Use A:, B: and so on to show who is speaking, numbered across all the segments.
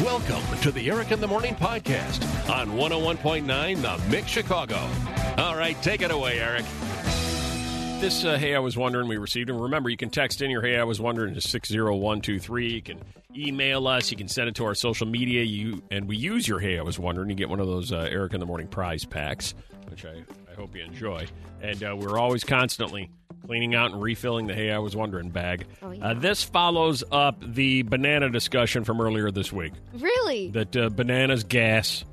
A: Welcome to the Eric in the Morning podcast on 101.9 The Mix Chicago. All right, take it away, Eric. This uh, Hey I Was Wondering we received, and remember, you can text in your Hey I Was Wondering to 60123. You can email us, you can send it to our social media, You and we use your Hey I Was Wondering. You get one of those uh, Eric in the Morning prize packs, which I, I hope you enjoy. And uh, we're always constantly cleaning out and refilling the Hey I Was Wondering bag.
B: Oh, yeah.
A: uh, this follows up the banana discussion from earlier this week
B: Really?
A: that uh, bananas gas.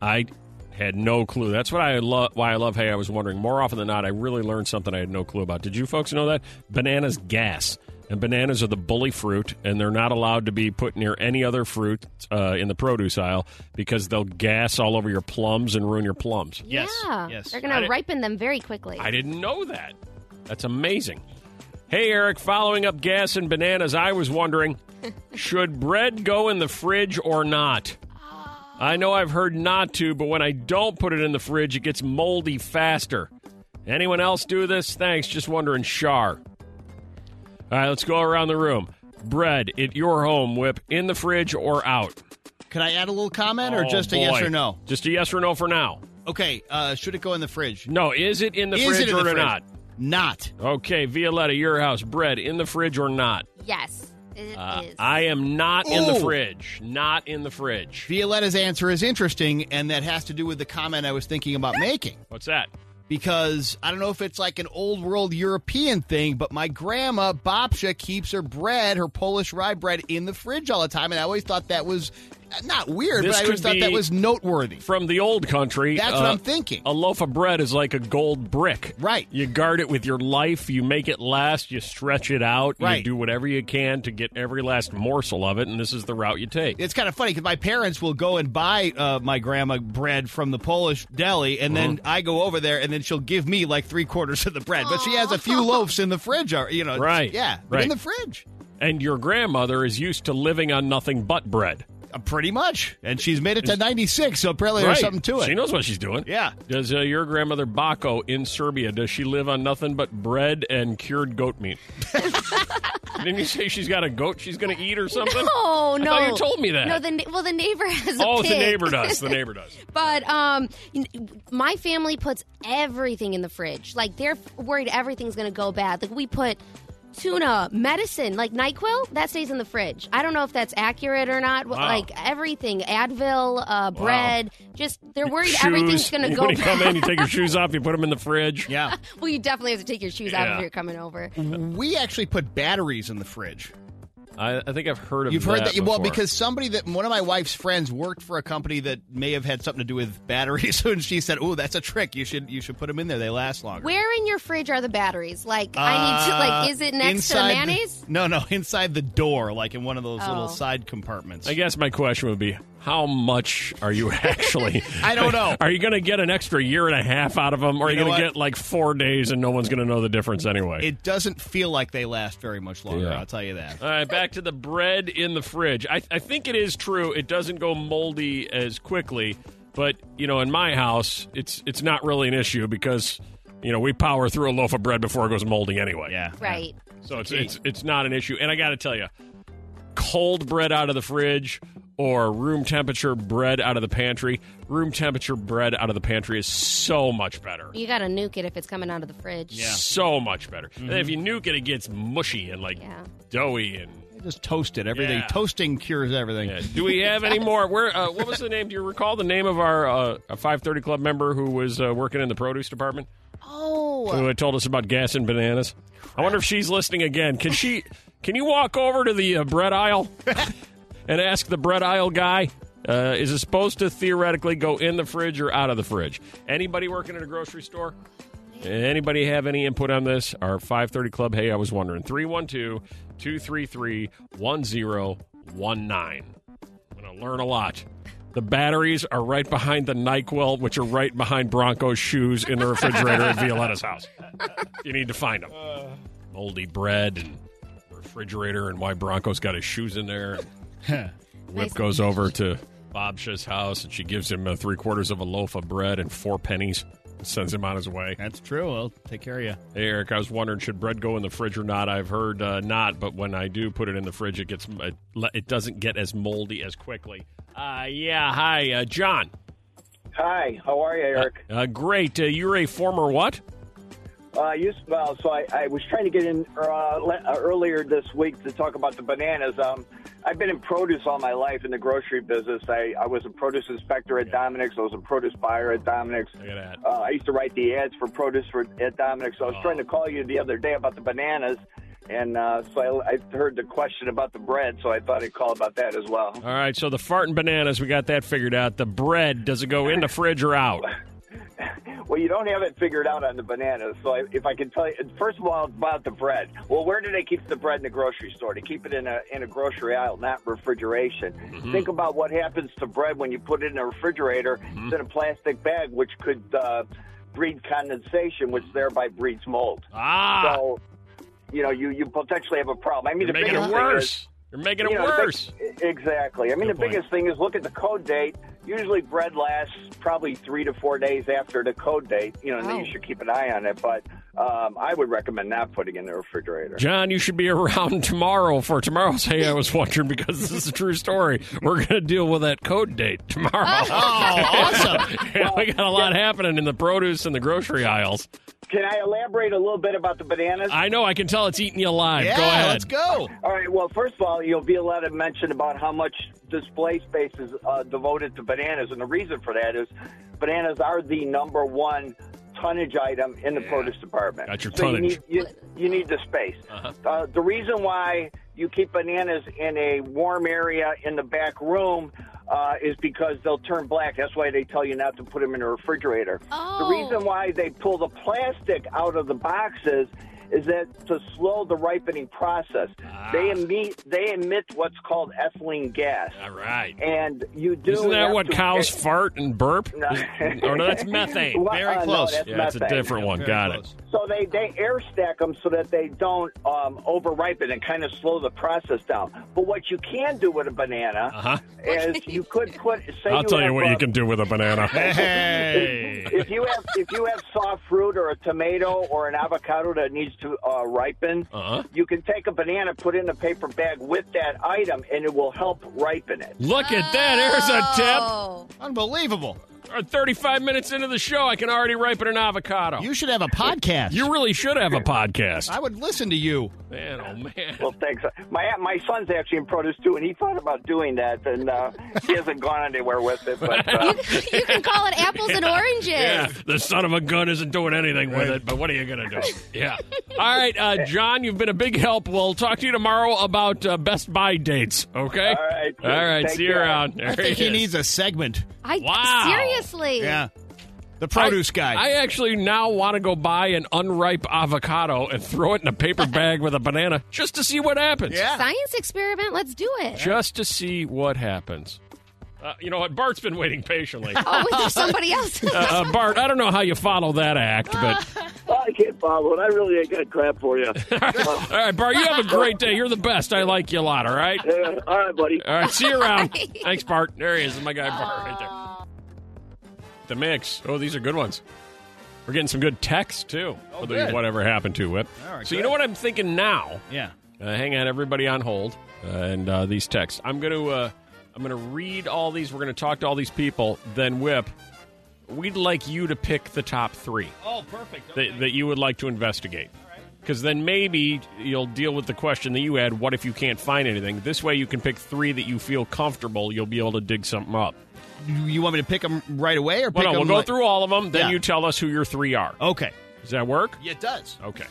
A: I had no clue. That's what I love. Why I love. Hey, I was wondering more often than not. I really learned something I had no clue about. Did you folks know that bananas gas and bananas are the bully fruit, and they're not allowed to be put near any other fruit uh, in the produce aisle because they'll gas all over your plums and ruin your plums.
C: Yes,
B: Yeah.
C: yes.
B: They're
A: I
B: going
A: di-
B: to ripen them very quickly.
A: I didn't know that. That's amazing. Hey, Eric, following up gas and bananas, I was wondering should bread go in the fridge or not? I know I've heard not to, but when I don't put it in the fridge, it gets moldy faster. Anyone else do this? Thanks. Just wondering, Char. All right, let's go around the room. Bread at your home, Whip, in the fridge or out?
C: Could I add a little comment or
A: Oh,
C: just a
A: boy.
C: yes or no?
A: Just a yes or no for now.
C: Okay, uh, should it go in the fridge?
A: No, is it in the
C: Is
A: fridge
C: it in
A: or
C: the fridge?
A: not?
C: Not.
A: Okay, Violetta, your house, bread in the fridge or not?
B: yes. it is.
A: Uh, I am not in the
C: Ooh.
A: fridge. Not in the fridge.
C: Violetta's answer is interesting, and that has to do with the comment I was thinking about making.
A: What's that?
C: Because I don't know if it's like an old world European thing, but my grandma, Babsha, keeps her bread, her Polish rye bread, in the fridge all the time. And I always thought that was uh, not weird,
A: This
C: but I
A: could
C: always thought that
A: be-
C: was noteworthy.
A: From the old country. uh,
C: That's what I'm thinking.
A: A loaf of bread is like a gold brick.
C: Right.
A: You guard it with your life. You make it last. You stretch it out. You
C: Right.
A: do whatever you can to get every last morsel of it, and this is the route you take.
C: it's kind of funny because my parents will go and buy uh, my grandma bread from the Polish deli, and then
A: Uh-huh.
C: I go over there, and then she'll give me like three quarters of the bread. But she has a few loaves in the fridge, or you know, it's-
A: Right,
C: Yeah, but in
A: right.
C: the fridge,
A: And your grandmother is used to living on nothing but bread.
C: uh, pretty much. And she's made it to ninety six, so apparently
A: Right.
C: there's something to it.
A: She knows what she's doing.
C: Yeah.
A: Does uh, your grandmother Bako in Serbia? Does she live on nothing but bread and cured goat meat? Didn't you say she's got a goat she's going to eat or something?
B: Oh
A: I
B: no!
A: thought you told me that.
B: No, the na- well, the neighbor has a
A: oh,
B: pig.
A: the neighbor does. The neighbor does.
B: But um, you kn- my family puts everything in the fridge. Like they're f- worried everything's gonna go bad. Like we put tuna, medicine, like Nyquil, that stays in the fridge. I don't know if that's accurate or not. Wh-
A: Wow.
B: Like everything, Advil, uh, bread, just they're worried everything's
A: Shoes.
B: gonna
A: You-
B: go
A: When you come
B: bad.
A: in, you take your shoes off, you put them in the fridge.
C: yeah,
B: Well, you definitely have to take your shoes out
A: Yeah.
B: if you're coming over.
C: we actually put batteries in the fridge.
A: I, I think I've heard of
C: You've heard that?
A: before.
C: Well, because somebody that one of my wife's friends worked for a company that may have had something to do with batteries, and she said, "Oh, that's a trick. You should you should put them in there. They last longer."
B: Where in your fridge are the batteries? Like I need to like,
C: Uh,
B: is it next to the
C: inside
B: mayonnaise?
C: no, no, inside the door, like in one of those little
B: Oh.
C: side compartments.
A: I guess my question would be how much are you actually?
C: I don't know.
A: Are you going to get an extra year and a half out of them? Or are you,
C: You know
A: going to
C: what?
A: get like four days and no one's going to know the difference anyway?
C: It doesn't feel like they last very much longer.
A: Yeah.
C: I'll tell you that.
A: All right, back to the bread in the fridge. I, I think it is true. It doesn't go moldy as quickly, but you know, in my house, it's it's not really an issue because you know we power through a loaf of bread before it goes moldy anyway.
C: Yeah,
B: Right.
A: So it's it's it's not an issue. And I got to tell you, cold bread out of the fridge or room temperature bread out of the pantry. Room temperature bread out of the pantry is so much better.
B: You gotta nuke it if it's coming out of the fridge.
C: Yeah.
A: So much better. And if you nuke it, it gets mushy and like
B: Yeah.
A: doughy and
C: Yeah. Just toast it. Everything
A: Yeah.
C: toasting cures everything.
A: Yeah. Do we have any more? Where? Uh, what was the name? Do you recall the name of our uh, 530 Club member who was uh, working in the produce department who
B: Oh,
A: had told us about gas and bananas? I wonder if she's listening again. Can she? Can you walk over to the uh, bread aisle and ask the bread aisle guy? Uh, is it supposed to theoretically go in the fridge or out of the fridge? Anybody working at a grocery store? Anybody have any input on this? Our 530 Club, hey, I was wondering. 312 233 1019. I'm going to learn a lot. The batteries are right behind the NyQuil, which are right behind Bronco's shoes in the refrigerator at Violetta's house. You need to find them. Moldy bread and refrigerator, and why Bronco's got his shoes in there. Whip
B: Nice.
A: goes over to Bobsha's house, and she gives him uh, three quarters of a loaf of bread and four pennies. sends him on his way.
C: That's true. I'll take care of you.
A: Hey, Eric, I was wondering should bread go in the fridge or not? I've heard uh, not, but when I do put it in the fridge, it gets it, le- it doesn't get as moldy as quickly. Uh, yeah, hi, uh, John.
D: Hi, how are you, Eric?
A: Uh, great. Uh, you're a former what?
D: Uh, you, well, so I, I was trying to get in uh, le- uh, earlier this week to talk about the bananas. Um, I've been in produce all my life in the grocery business. I, I was a produce inspector at Dominic's. I was a produce buyer at Dominic's.
A: Look at that.
D: Uh, I used to write the ads for produce for, at Dominic's. So I was trying to call you the other day about the bananas, and uh, so I, I heard the question about the bread, so I thought I'd call about that as well.
A: All right, so the fart and bananas, we got that figured out. The bread, does it go in the fridge or out?
D: Well, you don't have it figured out on the bananas. So I, if I can tell you, first of all, about the bread. Well, where do they keep the bread in the grocery store? They keep it in a in a grocery aisle, not refrigeration.
A: Mm-hmm.
D: Think about what happens to bread when you put it in a refrigerator.
A: Mm-hmm.
D: It's in a plastic bag, which could uh, breed condensation, which thereby breeds mold.
A: Ah,
D: So, you know, you, you potentially have a problem. I mean,
A: you're
D: the
A: making
D: biggest
A: it
D: thing is-
A: worse. You're making it
D: you know, the big-
A: worse.
D: exactly. I mean,
A: Good
D: the
A: point.
D: biggest thing is look at the code date. Usually, bread lasts probably three to four days after the code date. You know, and then
B: Oh.
D: you should keep an eye on it. But um, I would recommend not putting it in the refrigerator.
A: John, you should be around tomorrow for tomorrow's Hey, I Was Wondering because this is a true story. We're going to deal with that code date tomorrow.
C: awesome.
A: Oh, Yeah, we got a lot happening in the produce and the grocery aisles.
D: Can I elaborate a little bit about the bananas?
A: I know, I can tell it's eating you alive.
C: yeah,
A: go ahead.
C: let's go.
D: All right. Well, first of all, you'll be allowed to mention about how much display space is uh, devoted to bananas, and the reason for that is bananas are the number one tonnage item in the produce department.
A: Got your
D: so
A: tonnage. Uh-huh.
D: You need, you, you need the space. Uh, the reason why you keep bananas in a warm area in the back room. Uh, is because they'll turn black. That's why they tell you not to put them in a refrigerator. The
B: Oh.
D: reason why they pull the plastic out of the boxes is that to slow the ripening process.
A: Ah.
D: They emit they emit what's called ethylene gas,
A: All right.
D: and you do.
A: Ah. Isn't that
D: have
A: what
D: to-
A: cows fart and burp?
D: No.
A: or no, that's methane.
D: Well,
C: Very
D: uh, no,
C: close.
D: that's
A: yeah, that's a
D: methane.
A: different one.
C: Very
A: got
C: close.
A: it.
D: So they, they air stack them so that they don't um, over ripen and kind of slow the process down. But what you can do with a banana
A: Uh-huh.
D: is you could put. Say
A: I'll tell you
D: have,
A: what you
D: uh,
A: can do with a banana.
C: Hey.
D: if you have if you have soft fruit or a tomato or an avocado that needs to uh, ripen,
A: Uh-huh.
D: you can take a banana, put it in a paper bag with that item, and it will help ripen it.
A: Look at that. There's
B: Oh.
C: Unbelievable.
A: a tip. Uh, 35 minutes into the show, I can already ripen an avocado.
C: You should have a podcast.
A: Oh. You really should have a podcast.
C: I would listen to you.
A: Man, oh, man.
D: Well, thanks. My my son's actually in produce too, and he thought about doing that, and uh, he hasn't gone anywhere with it. But uh,
B: you can call it apples and oranges.
A: Yeah, the son of a gun isn't doing anything with it, but what are you going to do? Yeah. All right, uh, John, you've been a big help. We'll talk to you tomorrow about uh, Best Buy dates, okay?
D: All right.
A: All right,
D: Take
A: see you
D: care.
A: around. There
C: I think
A: is.
C: he needs a segment.
B: I
A: Wow.
B: seriously.
C: Yeah. The produce
A: I,
C: guy.
A: I actually now want to go buy an unripe avocado and throw it in a paper bag with a banana just to see what happens.
C: yeah.
B: Science experiment. Let's do it.
A: Just to see what happens. Uh, you know what? Bart's been waiting patiently. Uh,
B: Oh, wait, there's somebody else.
A: uh, Bart, I don't know how you follow that act, but
D: I can't follow it. I really ain't got crap for you.
A: all right, Bart, you have a great day. You're the best. I like you a lot. All right,
D: all right, buddy.
A: all right. See you around. Thanks, Bart. There he is, my guy Bart, right there. The mix. Oh, these are good ones. We're getting some good texts too.
C: Oh,
A: Although
C: good.
A: Whatever happened to Whip?
C: All right,
A: so you
C: good.
A: know what I'm thinking now.
C: Yeah.
A: Uh, hang on, everybody on hold, uh, and uh, these texts. I'm gonna uh, I'm gonna read all these. We're gonna talk to all these people. Then Whip, we'd like you to pick the top three
C: Oh, perfect.
A: that, that you would like to investigate. Because then maybe you'll deal with the question that you had what if you can't find anything? This way you can pick three that you feel comfortable. You'll be able to dig something up.
C: You want me to pick them right away or pick
A: Well, no,
C: 'em
A: we'll go
C: like-
A: through all of them. Then
C: Yeah. Oh.
A: you tell us who your three are.
C: Okay.
A: Does that work?
C: Yeah, it does.
A: Okay.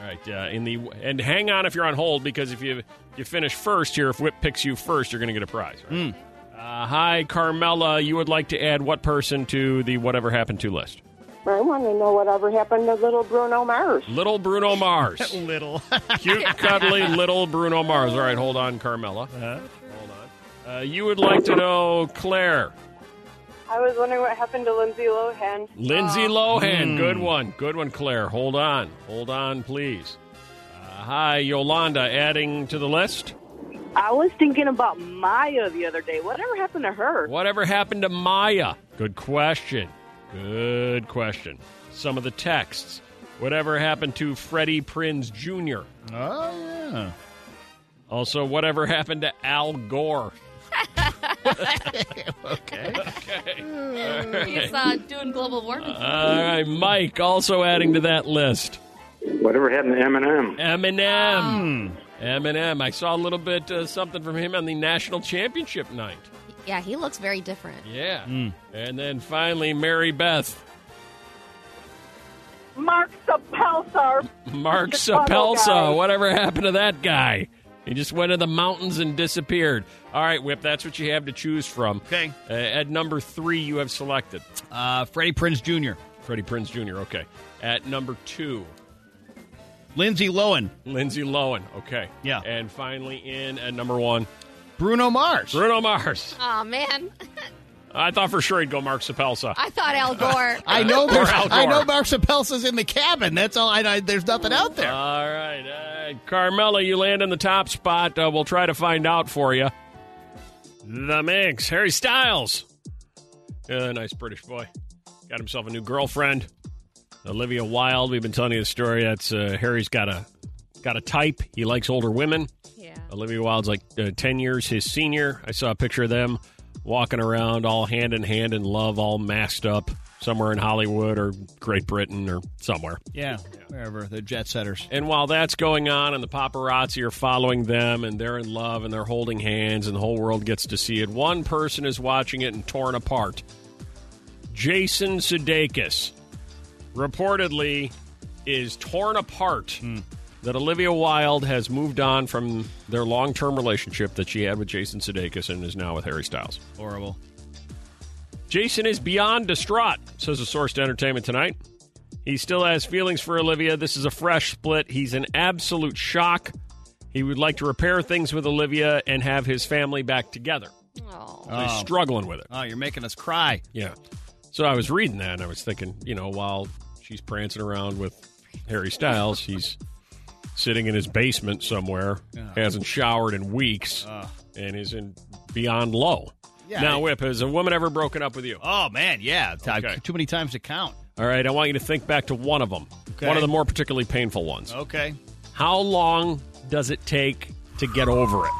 A: All right. Uh, in the and hang on if you're on hold because if you you finish first here, if Whip picks you first, you're going to get a prize. Right?
C: Hmm.
A: Uh, hi, Carmela. You would like to add what person to the whatever happened to list?
E: I want to know whatever happened to little Bruno Mars.
A: Little Bruno Mars,
C: Little.
A: cute, cuddly little Bruno Mars. All right, hold on, Carmela. Hold on. Uh, you would like to know Claire,
E: I was wondering what happened to Lindsay Lohan.
A: Lindsay Lohan. Good one, good one, Claire. Hold on, hold on, please. Uh, hi, Yolanda. Adding to the list.
F: I was thinking about Maya the other day. Whatever happened to her?
A: Whatever happened to Maya? Good question. Good question. Some of the texts. Whatever happened to Freddie Prinz Jr.?
C: Oh yeah.
A: Also, whatever happened to Al Gore?
C: Okay.
G: He's uh, doing global warming.
C: Uh-huh.
A: All right, Mike, also adding to that list.
H: Whatever happened to Eminem?
A: Eminem.
C: Hmm.
A: Eminem. I saw a little bit uh, something from him on the national championship night.
B: Yeah, he looks very different.
A: Yeah.
C: Hmm.
A: And then finally, Mary Beth.
F: Mark Sapelsa.
A: Mark
F: Chicago guy.
A: Sapelsa. Whatever happened to that guy? He just went to the mountains and disappeared. All right, Whip, that's what you have to choose from.
C: Okay.
A: Uh, at number three, you have selected
C: Uh, Freddie Prince Jr.
A: Freddie Prinz Jr. Okay. At number two,
C: Lindsay Lohan.
A: Lindsay Lohan. Okay.
C: Yeah.
A: And finally, in at number one,
C: Bruno Mars.
A: Bruno Mars.
B: Oh man,
A: I thought for sure he'd go Mark Sapelsa.
B: I thought Al Gore.
C: I know. Mar-
A: Al
C: I
A: Gore.
C: know Mark Sapelsa's in the cabin. That's all. I, I there's nothing out there.
A: All right. Uh, Carmela, you land in the top spot. Uh, we'll try to find out for you. The mix. Harry Styles. Uh, nice British boy. Got himself a new girlfriend. Olivia Wilde. We've been telling you the story. That's uh, Harry's got a got a type. He likes older women.
B: yeah.
A: Olivia Wilde's like uh, 10 years his senior. I saw a picture of them walking around all hand in hand in love, all masked up somewhere in Hollywood or Great Britain or somewhere.
C: yeah. Wherever the jet setters.
A: And while that's going on and the paparazzi are following them and they're in love and they're holding hands and the whole world gets to see it, one person is watching it and torn apart. Jason Sudeikis reportedly is torn apart that Olivia Wilde has moved on from their long-term relationship that she had with Jason Sudeikis and is now with Harry Styles.
C: Horrible.
A: Jason is beyond distraught, says a source to Entertainment Tonight. He still has feelings for Olivia. This is a fresh split. He's in absolute shock. He would like to repair things with Olivia and have his family back together.
B: Oh.
A: He's
C: Oh.
A: struggling with it.
C: Oh, you're making us cry.
A: Yeah. So I was reading that and I was thinking, you know, while she's prancing around with Harry Styles, he's sitting in his basement somewhere, hasn't showered in weeks, and is in beyond low.
C: Yeah,
A: now,
C: I-
A: Whip, has a woman ever broken up with you?
C: Oh man, yeah. T-
A: Okay.
C: Too many times to count.
A: All right, I want you to think back to one of them,
C: Okay. Oh.
A: one of the more particularly painful ones.
C: Okay.
A: How long does it take to get over it?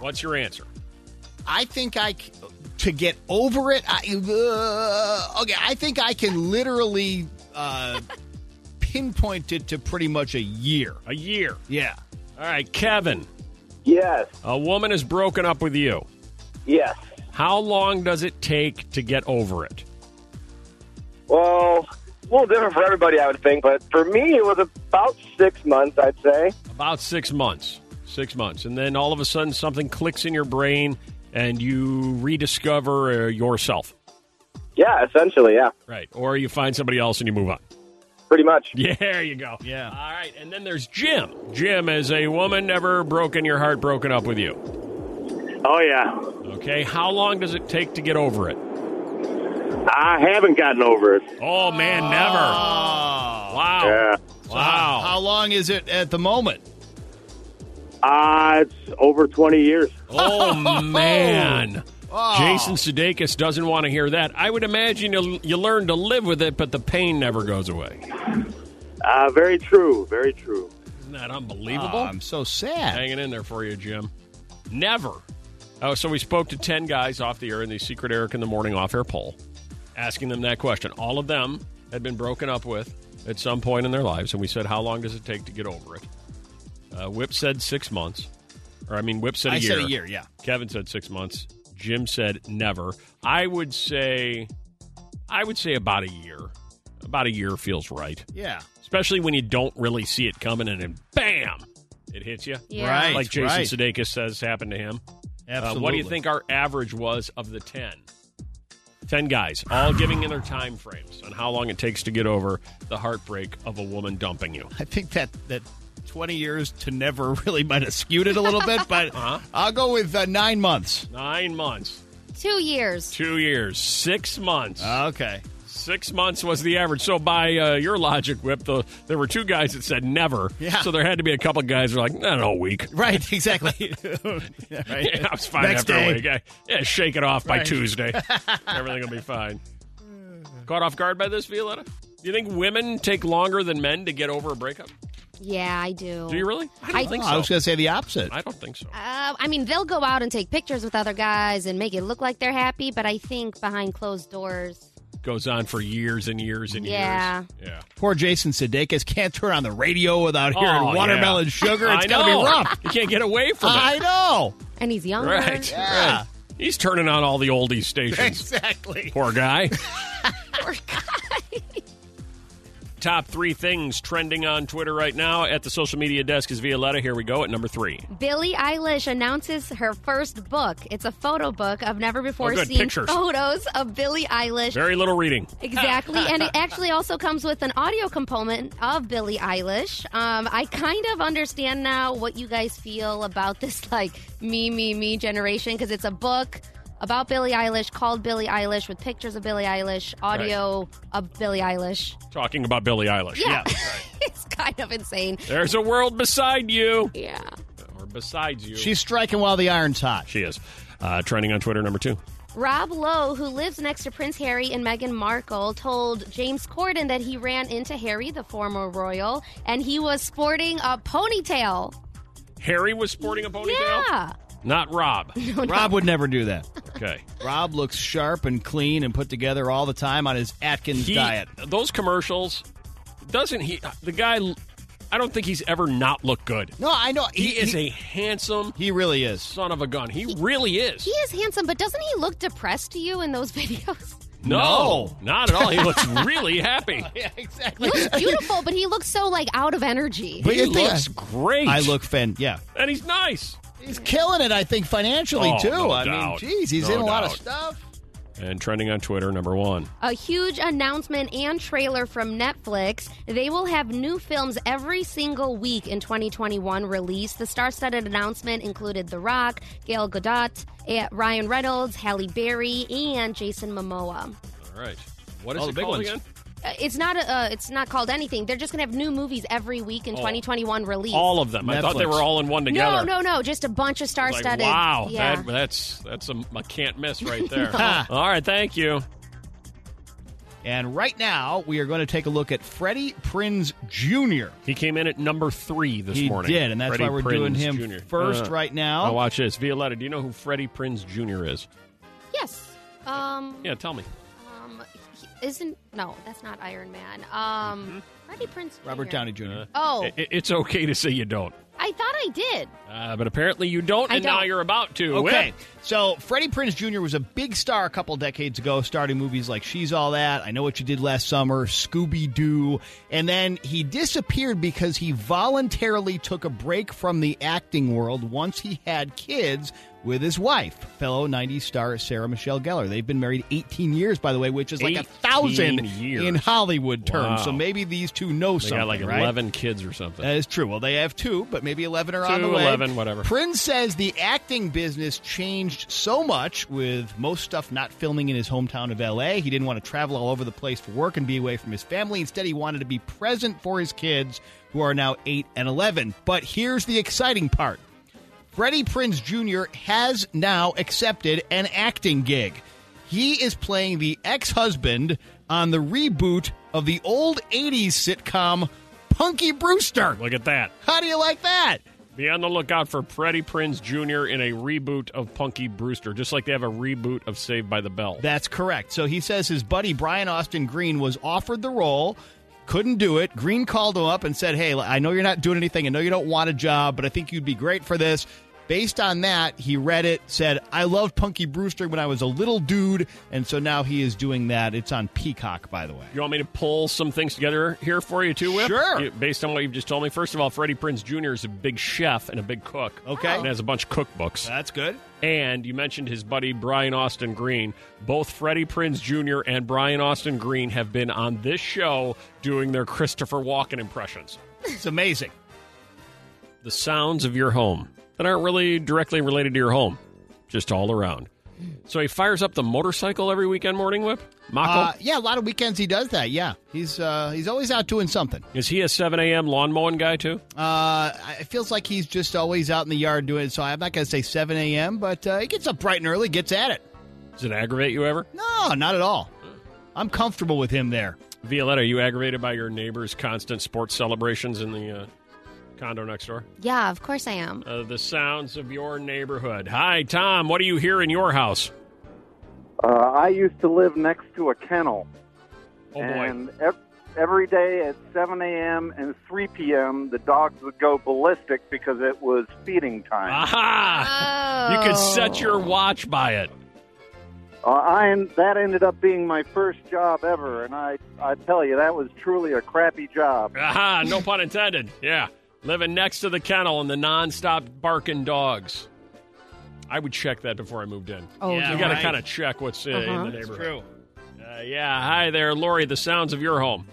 A: What's your answer?
C: I think I c- to get over it. I, uh, okay, I think I can literally uh, pinpoint it to pretty much a year.
A: A year.
C: Yeah.
A: All right, Kevin,
D: Yes,
A: a woman has broken up with you.
D: yes.
A: How long does it take to get over it?
D: Well, a little different for everybody, I would think, but for me, it was about six months, I'd say.
A: About six months. Six months. And then all of a sudden, something clicks in your brain and you rediscover uh, yourself.
D: Yeah, essentially, yeah,
A: Right. Or you find somebody else and you move on.
D: pretty much.
A: Yeah, there you go.
C: Yeah.
A: All right, and then there's Jim. Jim, is a woman never broken your heart, broken up with you?
H: Oh yeah,
A: Okay, how long does it take to get over it?
H: I haven't gotten over it. Uh,
A: Oh man, never.
C: Oh.
A: Wow.
H: Yeah,
A: Wow.
C: How long is it at the moment?
H: uh, it's over twenty years.
A: oh man.
C: Oh.
A: Jason Sudeikis doesn't want to hear that. I would imagine you, you learn to live with it, but the pain never goes away.
H: Uh, very true. Very true.
A: Isn't that
C: Oh,
A: unbelievable?
C: I'm so sad.
A: hanging in there for you, Jim. Never. Oh, so we spoke to 10 guys off the air in the Secret Eric in the Morning off air poll, asking them that question. All of them had been broken up with at some point in their lives, and we said, How long does it take to get over it? Uh, Whip said six months. Or, I mean, Whip said a
C: I
A: year.
C: said a year. Yeah.
A: Kevin said six months. Jim said never. I would say, I would say about a year. About a year feels right,
C: Yeah.
A: especially when you don't really see it coming, and then bam, it hits you
B: Yeah.
C: Right.
A: like Jason
C: right.
A: Sudeikis says happened to him. Uh,
C: Absolutely.
A: what do you think our average was of the 10? 10 guys, all giving in their time frames on how long it takes to get over the heartbreak of a woman dumping you.
C: I think that that 20 years to never really might have skewed it a little bit, but
A: Uh-huh.
C: I'll go with uh, nine months.
A: Nine months,
B: Two years.
A: two years, six months.
C: Uh. Okay.
A: six months was the average. So, by uh, your logic, Whip, the, there were two guys that said never.
C: Yeah.
A: So, there had to be a couple guys who were like, no, no, a week.
C: Right. Exactly. Yeah, right.
A: Yeah, I was fine
C: Next
A: after
C: day.
A: a week. I, yeah, shake it off by
C: Right.
A: Tuesday. Everything will be fine. Caught off guard by this, Violetta? You think women take longer than men to get over a breakup?
B: Yeah, I do.
A: Do you really? I don't
B: I-
A: think
C: Oh,
A: so.
C: I was going to say the opposite.
A: I don't think so.
B: Uh, I mean, they'll go out and take pictures with other guys and make it look like they're happy, but I think behind closed doors.
A: Goes on for years and years and
B: Yeah.
A: years. Yeah.
C: Poor Jason Sudeikis can't turn on the radio without hearing
A: Oh,
C: watermelon
A: yeah.
C: sugar. It's
A: I
C: going to
A: know.
C: be rough.
A: You can't get away from it.
C: I know.
B: And he's younger.
A: Right.
C: Yeah.
A: Right. He's turning on all the oldies stations.
C: Exactly.
A: Poor guy. Top three things trending on Twitter right now at the social media desk is Violetta. Here we go at number three.
B: Billie Eilish announces her first book. It's a photo book of never before
A: Oh, good.
B: seen
A: Pictures.
B: photos of Billie Eilish.
A: Very little reading.
B: Exactly. and it actually also comes with an audio component of Billie Eilish. Um, I kind of understand now what you guys feel about this, like, me, me, me generation, because it's a book about Billie Eilish called Billie Eilish with pictures of Billie Eilish, audio of Billie Eilish.
A: Talking about Billie Eilish.
B: Yeah. it's kind of insane.
A: There's a world beside you.
B: Yeah.
A: Or besides you.
C: She's striking while the iron's hot.
A: she is. Uh, trending on Twitter, number two.
B: Rob Lowe, who lives next to Prince Harry and Meghan Markle, told James Corden that he ran into Harry, the former royal, and he was sporting a ponytail.
A: Harry was sporting a ponytail?
B: Yeah.
A: Not Rob.
C: Rob would never do that.
A: Okay.
C: Rob looks sharp and clean and put together all the time on his Atkins
A: He-
C: diet.
A: Those commercials, doesn't he? The guy, I don't think he's ever not looked good.
C: No, I know.
A: He, is a handsome
C: He really is.
A: son of a gun. He, really is.
B: He is handsome, but doesn't he look depressed to you in those videos?
A: no, not at all. He looks really happy.
C: Yeah, exactly.
B: He looks beautiful, but he looks so like out of energy.
C: But
A: He
C: you think-
A: looks great.
C: I look fan. Yeah,
A: and he's nice.
C: he's killing it. I think financially
A: Oh,
C: too.
A: no
C: I
A: doubt.
C: mean, geez, he's
A: No
C: in a lot of
A: doubt.
C: stuff.
A: And trending on Twitter, number one.
B: A huge announcement and trailer from Netflix. They will have new films every single week in 2021 released. The star studded announcement included The Rock, Gail Godot, eh, Ryan Reynolds, Halle Berry, and Jason Momoa.
A: All right. What is
C: All
A: it
C: the big
A: called
C: ones.
A: again?
B: Uh, It's not a, uh, it's not called anything. They're just going to have new movies every week in 2021 released.
A: Oh. All of them. I thought they
C: Netflix.
A: were all in one
B: no,
A: together.
B: no, no, just a bunch of
A: I
B: star
A: was
B: studded.
A: Like, wow,
B: yeah.
A: that, that's that's a, a can't miss right there. All right, thank you.
C: Ah, And right now, we are going to take a look at Freddie Prinz Jr.
A: He came in at number three this
C: He
A: morning.
C: did, and that's
A: Freddie
C: why we're
A: Prinze
C: doing him
A: Jr.
C: first
A: Uh,
C: right now.
A: Now watch this, Violetta. Do you know who Freddie Prinz Jr. is?
B: yes. Um,
A: Yeah, tell me.
B: Um, he- isn't no, that's not Iron Man.
A: Mm-hmm.
B: Um, Freddie Prince.
C: Robert
B: Jr..
C: Downey Jr.
B: Oh,
A: I- it's okay to say you don't,
B: I thought I did.
A: uh, but apparently you don't,
B: I
A: and now
B: don't.
A: you're about to.
C: Okay,
A: Whip.
C: so Freddie Prinz Jr. was a big star a couple decades ago, starting movies like She's All That, I Know What You Did Last Summer, Scooby Doo, and then he disappeared because he voluntarily took a break from the acting world once he had kids with his wife, fellow 90s star Sarah Michelle Gellar. They've been married 18 years, by the way, which is like a
A: 18
C: thousand
A: years.
C: in Hollywood terms.
A: Wow.
C: So maybe these two know
A: They
C: something.
A: got like
C: right? Uh,
A: 11 kids or something.
C: That is true. Well, they have two, but maybe 11 are on
A: Two,
C: the way.
A: 11, whatever.
C: Prince says the acting business changed so much with most stuff not filming in his hometown of L.A. He didn't want to travel all over the place for work and be away from his family. Instead, he wanted to be present for his kids, who are now 8 and 11. But here's the exciting part. Freddie Prinz Jr. has now accepted an acting gig. He is playing the ex husband on the reboot of the old 80s sitcom Punky Brewster.
A: Look at that.
C: How do you like that?
A: Be on the lookout for Freddie Prinz Jr. in a reboot of Punky Brewster, just like they have a reboot of Saved by the Bell.
C: That's correct. So he says his buddy Brian Austin Green was offered the role, couldn't do it. Green called him up and said, Hey, I know you're not doing anything. I know you don't want a job, but I think you'd be great for this. Based on that, he read it, said, I loved Punky Brewster when I was a little dude. And so now he is doing that. It's on Peacock, by the way.
A: you want me to pull some things together here for you too, Whip?
C: Sure.
A: You- based on what you've just told me, first of all, Freddie Prinz Jr. is a big chef and a big cook.
C: Okay.
A: And has a bunch of cookbooks.
C: That's good.
A: And you mentioned his buddy Brian Austin Green. Both Freddie Prinz Jr. and Brian Austin Green have been on this show doing their Christopher Walken impressions.
C: It's amazing.
A: The sounds of your home that aren't really directly related to your home, just all around. So he fires up the motorcycle every weekend morning, Whip? Mako?
C: Uh, yeah, a lot of weekends he does that. Yeah. He's uh, he's always out doing something.
A: Is he a 7 a.m. lawn mowing guy, too?
C: Uh, I- it feels like he's just always out in the yard doing it. So I'm not going to say 7 a.m., but uh, he gets up bright and early, gets at it.
A: Does it aggravate you ever?
C: No, not at all. I'm comfortable with him there.
A: Violetta, are you aggravated by your neighbor's constant sports celebrations in the uh, condo next door?
B: Yeah, of course I am.
A: Uh, the sounds of your neighborhood. Hi, Tom. What do you hear in your house?
I: Uh, I used to live next to a kennel.
A: Oh, boy.
I: and ev- every day at 7 a.m. and 3 p.m., the dogs would go ballistic because it was feeding time.
A: Aha! You could set
B: Oh,
A: your watch by it. Ah.
I: Uh, I en- that ended up being my first job ever, and I I tell you that was truly a crappy job.
A: Aha! No pun intended. Yeah. Living next to the kennel and the nonstop barking dogs. I would check that before I moved in.
B: Oh,
A: you
B: yeah.
A: got to
C: right.
A: kind of check what's uh, in
B: Uh-huh.
A: the neighborhood. Uh, yeah. Hi there, Lori. The sounds of your home.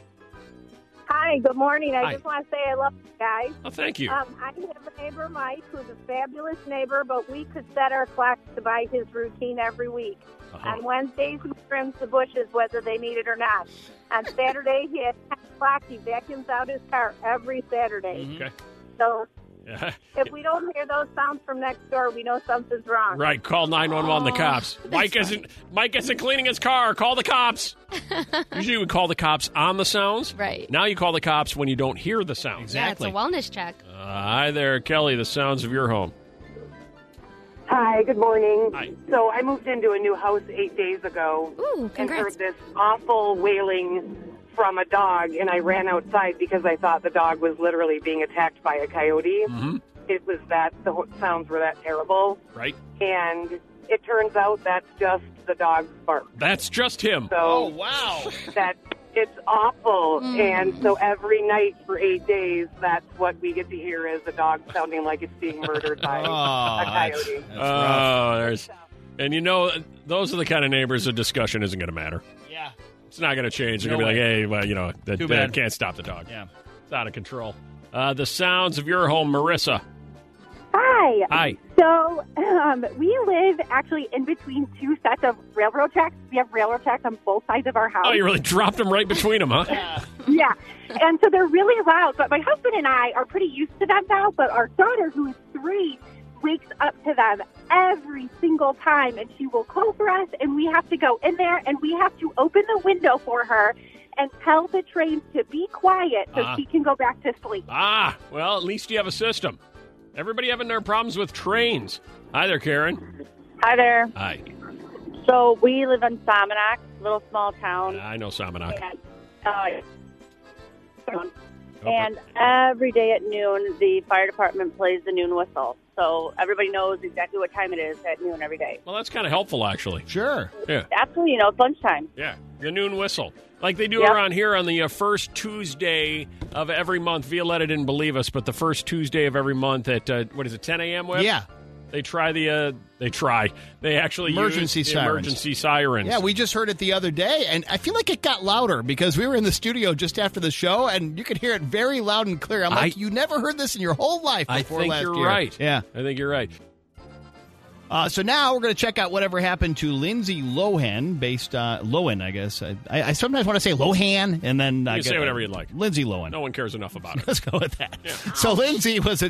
F: Hi, good morning. I
A: Hi.
F: just want to say I love you guys.
A: Oh, thank you.
F: Um, I have a neighbor, Mike, who's a fabulous neighbor, but we could set our clocks to buy his routine every week.
A: Uh-huh.
F: On Wednesdays, he trims the bushes, whether they need it or not. On Saturday, he has 10 o'clock. He vacuums out his car every Saturday.
A: Okay.
F: So
A: Yeah.
F: if we don't hear those sounds from next door, we know something's wrong.
A: Right, call 911 the
B: Oh,
A: cops.
B: that's
A: Mike isn't Mike isn't cleaning his car. Call the cops. Usually you would call the cops on the sounds.
B: Right.
A: Now you call the cops when you don't hear the sounds.
B: Yeah, it's a
C: Exactly.
B: wellness check.
A: Uh, hi there, Kelly, the sounds of your home.
E: Hi, good morning.
A: Hi.
E: So I moved into a new house eight days ago
B: Ooh,
E: and
B: congrats.
E: heard this awful wailing from a dog, and I ran outside because I thought the dog was literally being attacked by a coyote.
A: Mhm.
E: It was that the ho- sounds were that terrible,
A: Right?
E: and it turns out that's just the dog's bark.
A: That's just him.
E: So
C: Oh, wow.
E: that it's awful.
J: Hmm.
E: And so every night for eight days, that's what we get to hear is a dog sounding like it's being murdered by a
C: Ah, that's,
E: coyote.
A: Oh,
C: that's rough.
A: there's And you know those are the kind of neighbors a discussion isn't going to matter.
C: Yeah.
A: It's not going to change. They're
C: No
A: going to be like, "Hey, well, you know, that,
C: Too
A: that
C: bad.
A: can't stop the dog.
C: Yeah.
A: It's out of control." Uh, the sounds of your home, Marissa.
F: Hi.
A: Hi.
F: So um, we live actually in between two sets of railroad tracks. We have railroad tracks on both sides of our house.
A: Oh, you really dropped him right between them, huh?
F: yeah. And so they're really loud. But my husband and I are pretty used to them now. But our daughter, who is three, wakes up to them every single time. And she will call for us. And we have to go in there and we have to open the window for her and tell the train to be quiet so
A: Ah.
F: she can go back to sleep.
A: Ah, well, at least you have a system. Everybody having their problems with trains. Hi there, Karen.
K: Hi there.
A: Hi.
K: So we live in Salmonac, little small town,
A: I know Salmonac.
K: and uh,
A: Oh,
K: and every day at noon, the fire department plays the noon whistle, so everybody knows exactly what time it is at noon every day.
A: Well, that's kind of helpful, actually.
C: Sure.
K: Absolutely, you know, it's lunchtime.
A: Yeah, the noon whistle. Like they do
K: Yep.
A: around here on the uh, first Tuesday of every month. Violetta didn't believe us, but the first Tuesday of every month at, uh, what is it, 10 a.m., Webb?
C: Yeah.
A: They try the, uh, they try. They actually
C: Emergency
A: use the
C: sirens.
A: emergency sirens.
C: Yeah, we just heard it the other day, and I feel like it got louder because we were in the studio just after the show, and you could hear it very loud and clear. I'm like,
A: I-
C: you never heard this in your whole life
A: I
C: before
A: think
C: last
A: you're
C: year.
A: right.
C: Yeah.
A: I think you're right.
C: Uh, so now we're going to check out whatever happened to Lindsay Lohan, based uh, Lohan, I guess. I, I, I sometimes want to say Lohan, and then I
A: can
C: get-
A: say whatever you'd like.
C: Lindsay Lohan.
A: No one cares enough about it.
C: Let's go with that. So Lindsay was a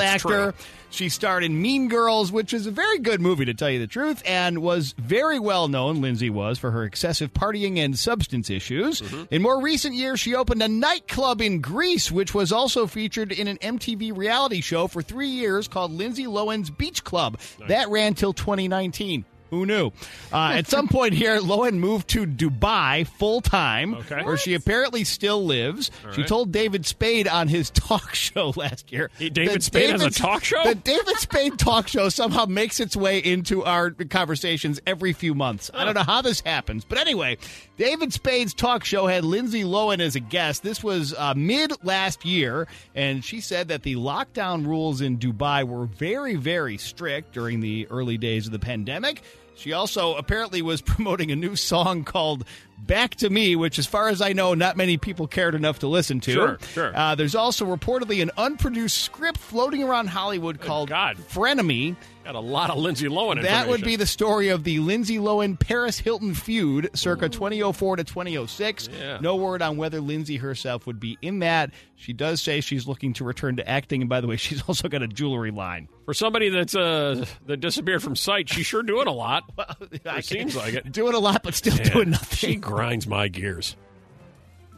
A: That's
C: actor.
A: true.
C: She starred in Mean Girls, which is a very good movie to tell you the truth, and was very well known. Lindsay was for her excessive partying and substance issues.
A: Mm-hmm.
C: In more recent years, she opened a nightclub in Greece, which was also featured in an MTV reality show for three years called Lindsay Lohan's Beach Club. That ran till 2019. Who knew? Uh, at some point here, Lohan moved to Dubai full time,
A: Okay.
C: where she apparently still lives. She
A: right.
C: told David Spade on his talk show last year.
A: He- David
C: that
A: Spade has a
C: David's-
A: talk show?
C: The David Spade talk show somehow makes its way into our conversations every few months. I don't know how this happens, but anyway, David Spade's talk show had Lindsay Lohan as a guest. This was uh, mid last year, and she said that the lockdown rules in Dubai were very, very strict during the early days of the pandemic. She also apparently was promoting a new song called Back to Me, which, as far as I know, not many people cared enough to listen to.
A: Sure, sure.
C: Uh, there's also reportedly an unproduced script floating around Hollywood called
A: God.
C: Frenemy.
A: Got a lot of Lindsay Lohan.
C: That would
A: information.
C: be the story of the Lindsay Lohan Paris Hilton feud circa 2004 to 2006.
A: Yeah.
C: No word on whether Lindsay herself would be in that. She does say she's looking to return to acting. And by the way, she's also got a jewelry line.
A: for somebody that's uh that disappeared from sight. She's sure doing a lot. It seems like it.
C: Doing a lot, but still doing nothing.
A: She grinds my gears.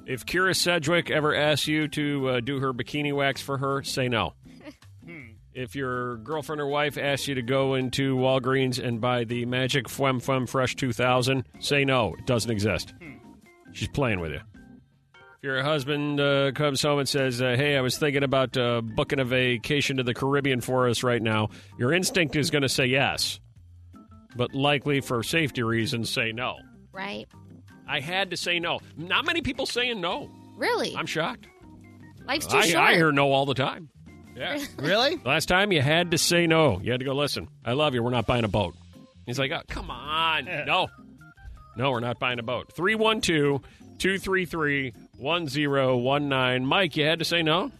A: If Kira Sedgwick ever asks you to uh, do her bikini wax for her, say no. if your girlfriend or wife asks you to go into Walgreens and buy the Magic Fwem Fwem Fresh 2000, say no. It doesn't exist. She's playing with you. If your husband uh, comes home and says, uh, Hey, I was thinking about uh, booking a vacation to the Caribbean for us right now, your instinct is going to say yes, but likely for safety reasons, say no.
B: Right?
A: I had to say no. Not many people saying no.
B: Really?
A: I'm shocked.
B: Life's too
A: I,
B: short.
A: I hear no all the time. Yeah.
C: Really?
A: Last time you had to say no. You had to go, listen, I love you. We're not buying a boat. He's like, oh, come on. No. No, we're not buying a boat. 312 233 1019. Mike, you had to say no?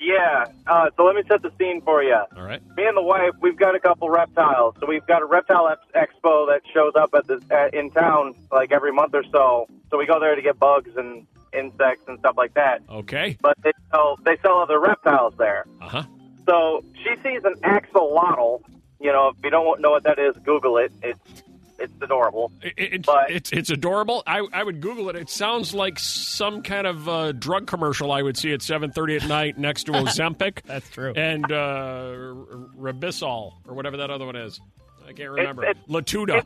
D: Yeah. Uh, so let me set the scene for you.
A: All right.
D: Me and the wife, we've got a couple reptiles. So we've got a reptile ex- expo that shows up at the at, in town like every month or so. So we go there to get bugs and insects and stuff like that.
A: Okay.
D: But they sell they sell other reptiles there.
A: Uh huh.
D: So she sees an axolotl. You know, if you don't know what that is, Google it. It's it's adorable.
A: It's, it's, it's adorable. I, I would Google it. It sounds like some kind of uh, drug commercial I would see at 7.30 at night next to Ozempic.
C: That's true.
A: And uh, R- Ribisol or whatever that other one is. I can't remember.
D: it's-
A: Latuda.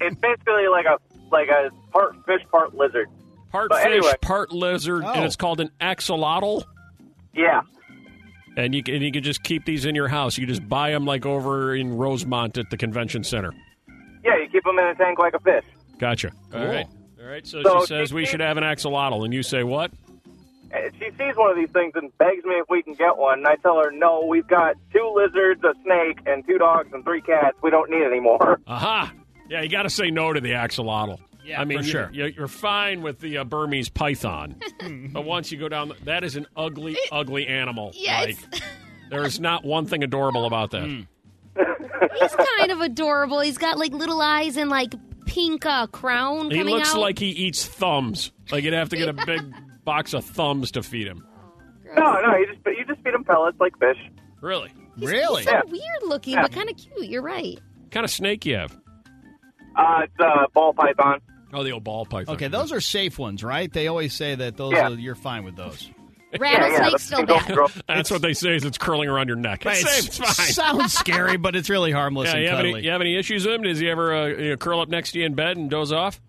D: It's basically like a like a part fish, part lizard.
A: part
D: but
A: fish,
D: anyway.
A: part lizard,
D: Oh.
A: and it's called an axolotl.
D: Yeah.
A: And you can, and you can just keep these in your house. You just buy them like over in Rosemont at the convention center.
D: Yeah, you keep them in a tank like a fish.
A: Gotcha. All
D: Cool.
A: right. All right. So,
D: So
A: she says we should have an axolotl, and you say what?
D: And she sees one of these things and begs me if we can get one. And I tell her, no, we've got two lizards, a snake, and two dogs and three cats. We don't need any more.
A: Aha! Yeah, you got to say no to the axolotl. Yeah, I mean,
D: for
A: you-
D: sure.
A: you- You're fine with the uh, Burmese python, but once you go down, th- that is an ugly, ugly animal.
B: Yes.
A: Like, there is not one thing adorable about that.
B: He's kind of adorable. He's got like little eyes and like pink uh, crown
A: He
B: coming
A: looks
B: out.
A: like he eats thumbs. Like you'd have to get a big box of thumbs to feed him.
D: No, no, you just you just feed them pellets like fish.
A: Really?
B: He's- He's so weird looking, but kind of cute. You're right.
A: kind of snake you have?
D: Uh, it's a ball python.
A: Oh, the old ball python.
C: Okay, those are safe ones, right? They always say that those
A: Yeah.
C: are, you're fine with those.
B: Rattlesnake's still bad.
A: That's what they say is it's curling around your neck.
C: Right,
A: It's safe,
C: it's-
A: it's fine.
C: Sounds scary, but it's really harmless
A: Yeah,
C: and
A: you, have
C: cuddly.
A: any, you have any issues with him? Does he ever uh, you know, curl up next to you in bed and doze off?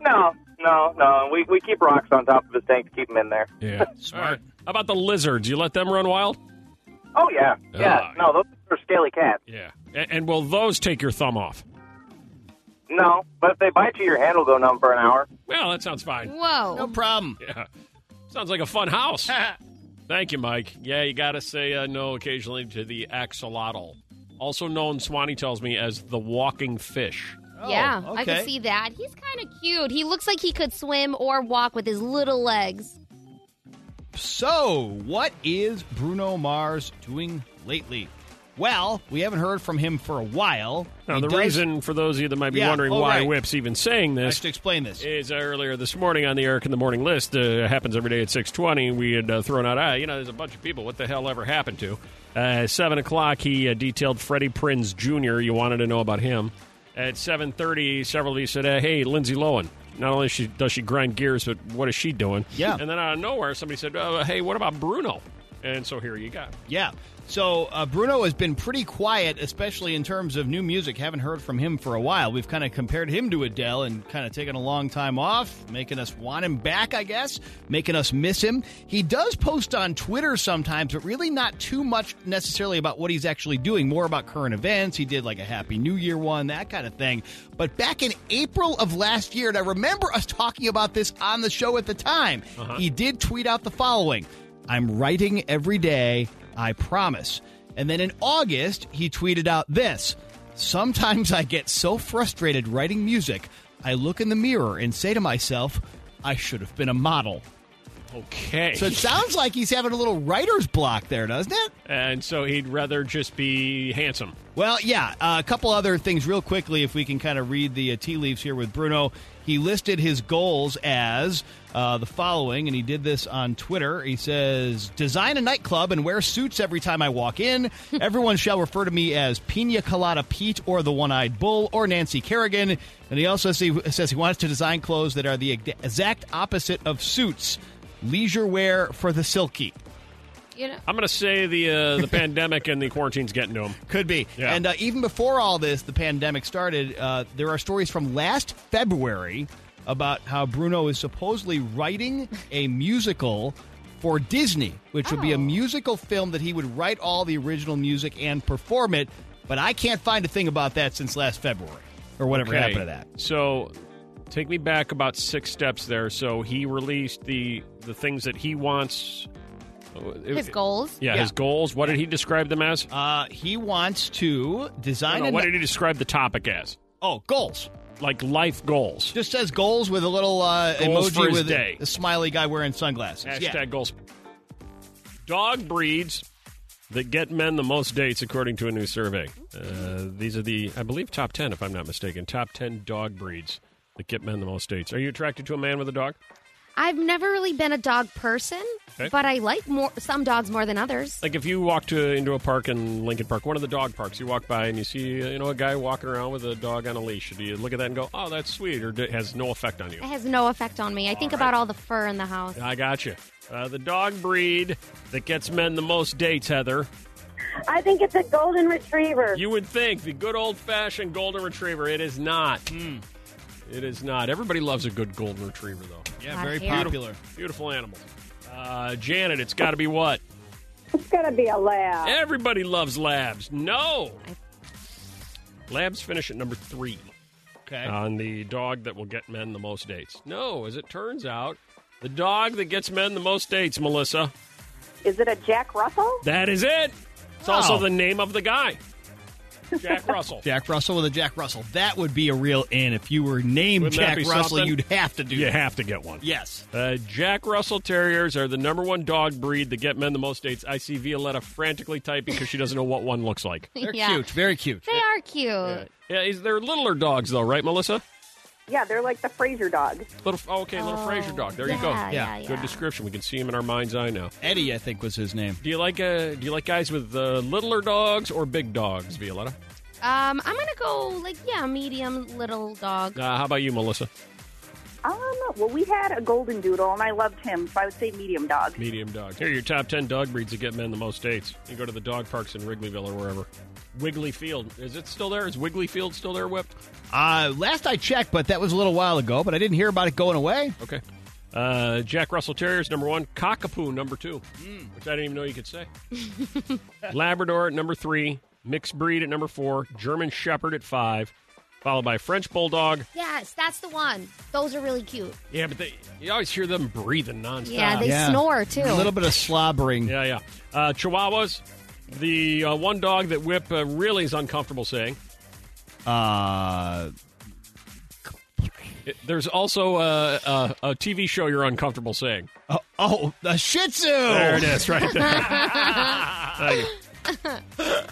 D: No, no, no. We, we keep rocks on top of his tank to keep them in there.
A: Yeah. Smart. How about the lizards? You let them run wild?
D: Oh, yeah.
A: Ah.
D: Yeah. No, those are scaly cats.
A: Yeah. And, and will those take your thumb off?
D: No, but if they bite you, your hand will go numb for an hour.
A: Well, that sounds fine.
B: Whoa.
C: No problem.
A: Yeah. Sounds like a fun house. Thank you, Mike. Yeah, you got to say uh, no occasionally to the axolotl, also known, Swanee tells me, as the walking fish.
B: yeah, I
A: Oh, okay.
B: can see that. He's kind of cute. He looks like he could swim or walk with his little legs.
C: So, what is Bruno Mars doing lately? Well, we haven't heard from him for a while.
A: Now,
C: He
A: the
C: does-
A: reason for those of you that might be
C: Yeah,
A: wondering
C: oh,
A: why
C: right.
A: Whip's even saying
C: I
A: this
C: should explain this.
A: is earlier this morning on the Eric in the Morning list. Uh, happens every day at six twenty. We had uh, thrown out, ah, you know, there's a bunch of people. What the hell ever happened to? Uh, Seven o'clock, he uh, detailed Freddie Prinz Jr. You wanted to know about him. At seven thirty, several of you said, uh, "Hey, Lindsay Lohan. Not only she does she grind gears, but what is she doing?"
C: Yeah.
A: And then out of nowhere, somebody said, uh, "Hey, what about Bruno?" And so here you go.
C: Yeah. So uh, Bruno has been pretty quiet, especially in terms of new music. Haven't heard from him for a while. We've kind of compared him to Adele and kind of taken a long time off, making us want him back, I guess, making us miss him. He does post on Twitter sometimes, but really not too much necessarily about what he's actually doing, more about current events. He did like a Happy New Year one, that kind of thing. But back in April of last year, and I remember us talking about this on the show at the time, he did tweet out the following. I'm writing every day, I promise. And then in August, he tweeted out this Sometimes I get so frustrated writing music, I look in the mirror and say to myself, I should have been a model.
A: Okay.
C: So it sounds like he's having a little writer's block there, doesn't it?
A: And so he'd rather just be handsome.
C: Well, yeah. Uh, a couple other things, real quickly, if we can kind of read the uh, tea leaves here with Bruno. He listed his goals as uh, the following, and he did this on Twitter. He says, Design a nightclub and wear suits every time I walk in. Everyone shall refer to me as Pina Colada Pete or the One Eyed Bull or Nancy Kerrigan. And he also say- says he wants to design clothes that are the ex- exact opposite of suits leisure wear for the silky.
B: You know,
A: I'm going to say the uh, the pandemic and the quarantine's getting to him.
C: Could be.
A: Yeah.
C: And uh, even before all this, the pandemic started, uh, there are stories from last February about how Bruno is supposedly writing a musical for Disney, which would be a musical film that he would write all the original music and perform it. But I can't find a thing about that since last February or whatever
A: Okay.
C: happened to that.
A: So take me back about six steps there. So he released the the things that he wants.
B: his goals.
A: Yeah, his goals. What did he describe them as?
C: Uh, he wants to design.
A: No, no,
C: a
A: what
C: ni-
A: did he describe the topic as?
C: Oh, goals.
A: Like life goals.
C: Just says goals with a little uh,
A: Goals
C: emoji
A: for his
C: with
A: day.
C: A, a smiley guy wearing sunglasses.
A: Hashtag
C: Yeah.
A: goals. Dog breeds that get men the most dates, according to a new survey. Uh, these are the, I believe, top 10, if I'm not mistaken. Top 10 dog breeds that get men the most dates. Are you attracted to a man with a dog?
B: I've never really been a dog person,
A: Okay.
B: but I like more some dogs more than others.
A: Like if you walk to into a park in Lincoln Park, one of the dog parks, you walk by and you see uh, you know a guy walking around with a dog on a leash. Do you look at that and go, "Oh, that's sweet," or it has no effect on you?
B: It has no effect on me. I think
A: All right.
B: about all the fur in the house.
A: I got you. Uh, the dog breed that gets men the most dates, Heather.
J: I think it's a golden retriever.
A: You would think the good old fashioned golden retriever. It is not. It is not. Everybody loves a good golden retriever, though.
C: Yeah, very
A: Beautiful-
C: popular.
A: Beautiful animal. Uh, Janet, it's got to be what?
J: It's gonna be a lab.
A: Everybody loves labs. No. Labs finish at number three
C: Okay.
A: on the dog that will get men the most dates. No, as it turns out, the dog that gets men the most dates, Melissa,
J: Is it a Jack Russell?
A: that is it. It's
C: Oh.
A: also the name of the guy, Jack Russell.
C: Jack Russell with a Jack Russell. That would be a real in. If you were named
A: Wouldn't that
C: Jack
A: be
C: Russell,
A: something?
C: you'd have to do
A: You
C: that.
A: have to get one.
C: Yes.
A: Uh, Jack Russell Terriers are the number one dog breed that get men the most dates. I see Violetta frantically typing because she doesn't know what one looks like.
B: They're Yeah. cute,
C: very cute.
B: They are cute.
A: Yeah, is they're littler dogs though, right, Melissa?
J: Yeah, they're like the Fraser dog.
A: Little oh, okay, little Fraser dog. There you go.
J: yeah, Yeah. yeah,
A: good
J: yeah.
A: description. We can see him in our mind's eye now.
C: Eddie, I think was his name.
A: Do you like uh, do you like guys with uh, littler dogs or big dogs, Violetta?
B: Um, I'm gonna go like yeah, medium little dog.
A: Uh, how about you, Melissa?
J: Um, well, we had a golden doodle, and I loved him, so I would say medium dog.
A: Medium dog. Here are your top ten dog breeds that get men the most dates. You go to the dog parks in Wrigleyville or wherever. Wiggly Field is it still there? Is Wiggly Field still there, Whip?
C: Uh, last I checked, but that was a little while ago, but I didn't hear about it going away.
A: Okay. Uh, Jack Russell Terriers number one, Cockapoo number two, which I didn't even know you could say. Labrador at number three, mixed breed at number four, German Shepherd at five, followed by French Bulldog.
B: Yes, that's the one. Those are really cute.
A: Yeah, but they you always hear them breathing nonstop.
B: Yeah, they snore too.
C: A little bit of slobbering.
A: Yeah, yeah. Uh, Chihuahuas, the uh, one dog that Whip uh, really is uncomfortable saying.
C: Uh,
A: It- there's also uh, uh, a TV show you're uncomfortable saying.
C: oh, oh, the Shih Tzu.
A: There it is, right there. Thank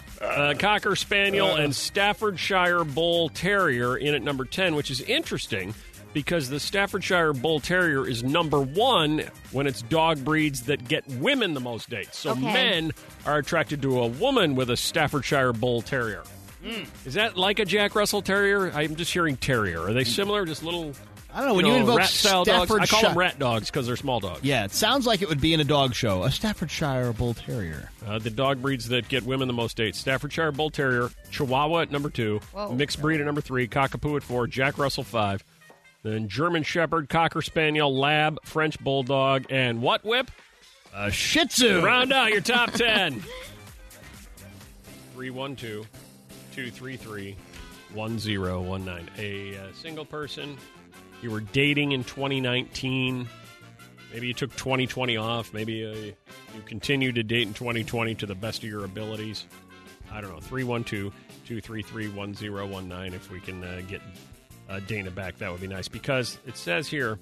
A: you. Uh, Cocker Spaniel and Staffordshire Bull Terrier in at number 10, which is interesting because the Staffordshire Bull Terrier is number one when it's dog breeds that get women the most dates. So
B: Okay.
A: men are attracted to a woman with a Staffordshire Bull Terrier. Is that like a Jack Russell Terrier? I'm just hearing terrier. Are they similar? Just little.
C: I don't know, when you invoke
A: rat style dogs, I call them
C: Staffordshire-
A: rat dogs because they're small dogs.
C: Yeah, it sounds like it would be in a dog show. A Staffordshire Bull Terrier.
A: Uh, the dog breeds that get women the most dates: Staffordshire Bull Terrier, Chihuahua at number two,
B: Whoa.
A: mixed breed at number three, Cockapoo at four, Jack Russell five, then German Shepherd, Cocker Spaniel, Lab, French Bulldog, and what whip?
C: A Shih Tzu.
A: Round out your top ten. Three one two, two three three, one zero one nine. A uh, single person. You were dating in 2019. Maybe you took 2020 off. Maybe uh, you continue to date in 2020 to the best of your abilities. I don't know. 312 233 1019. If we can uh, get uh, Dana back, that would be nice. Because it says here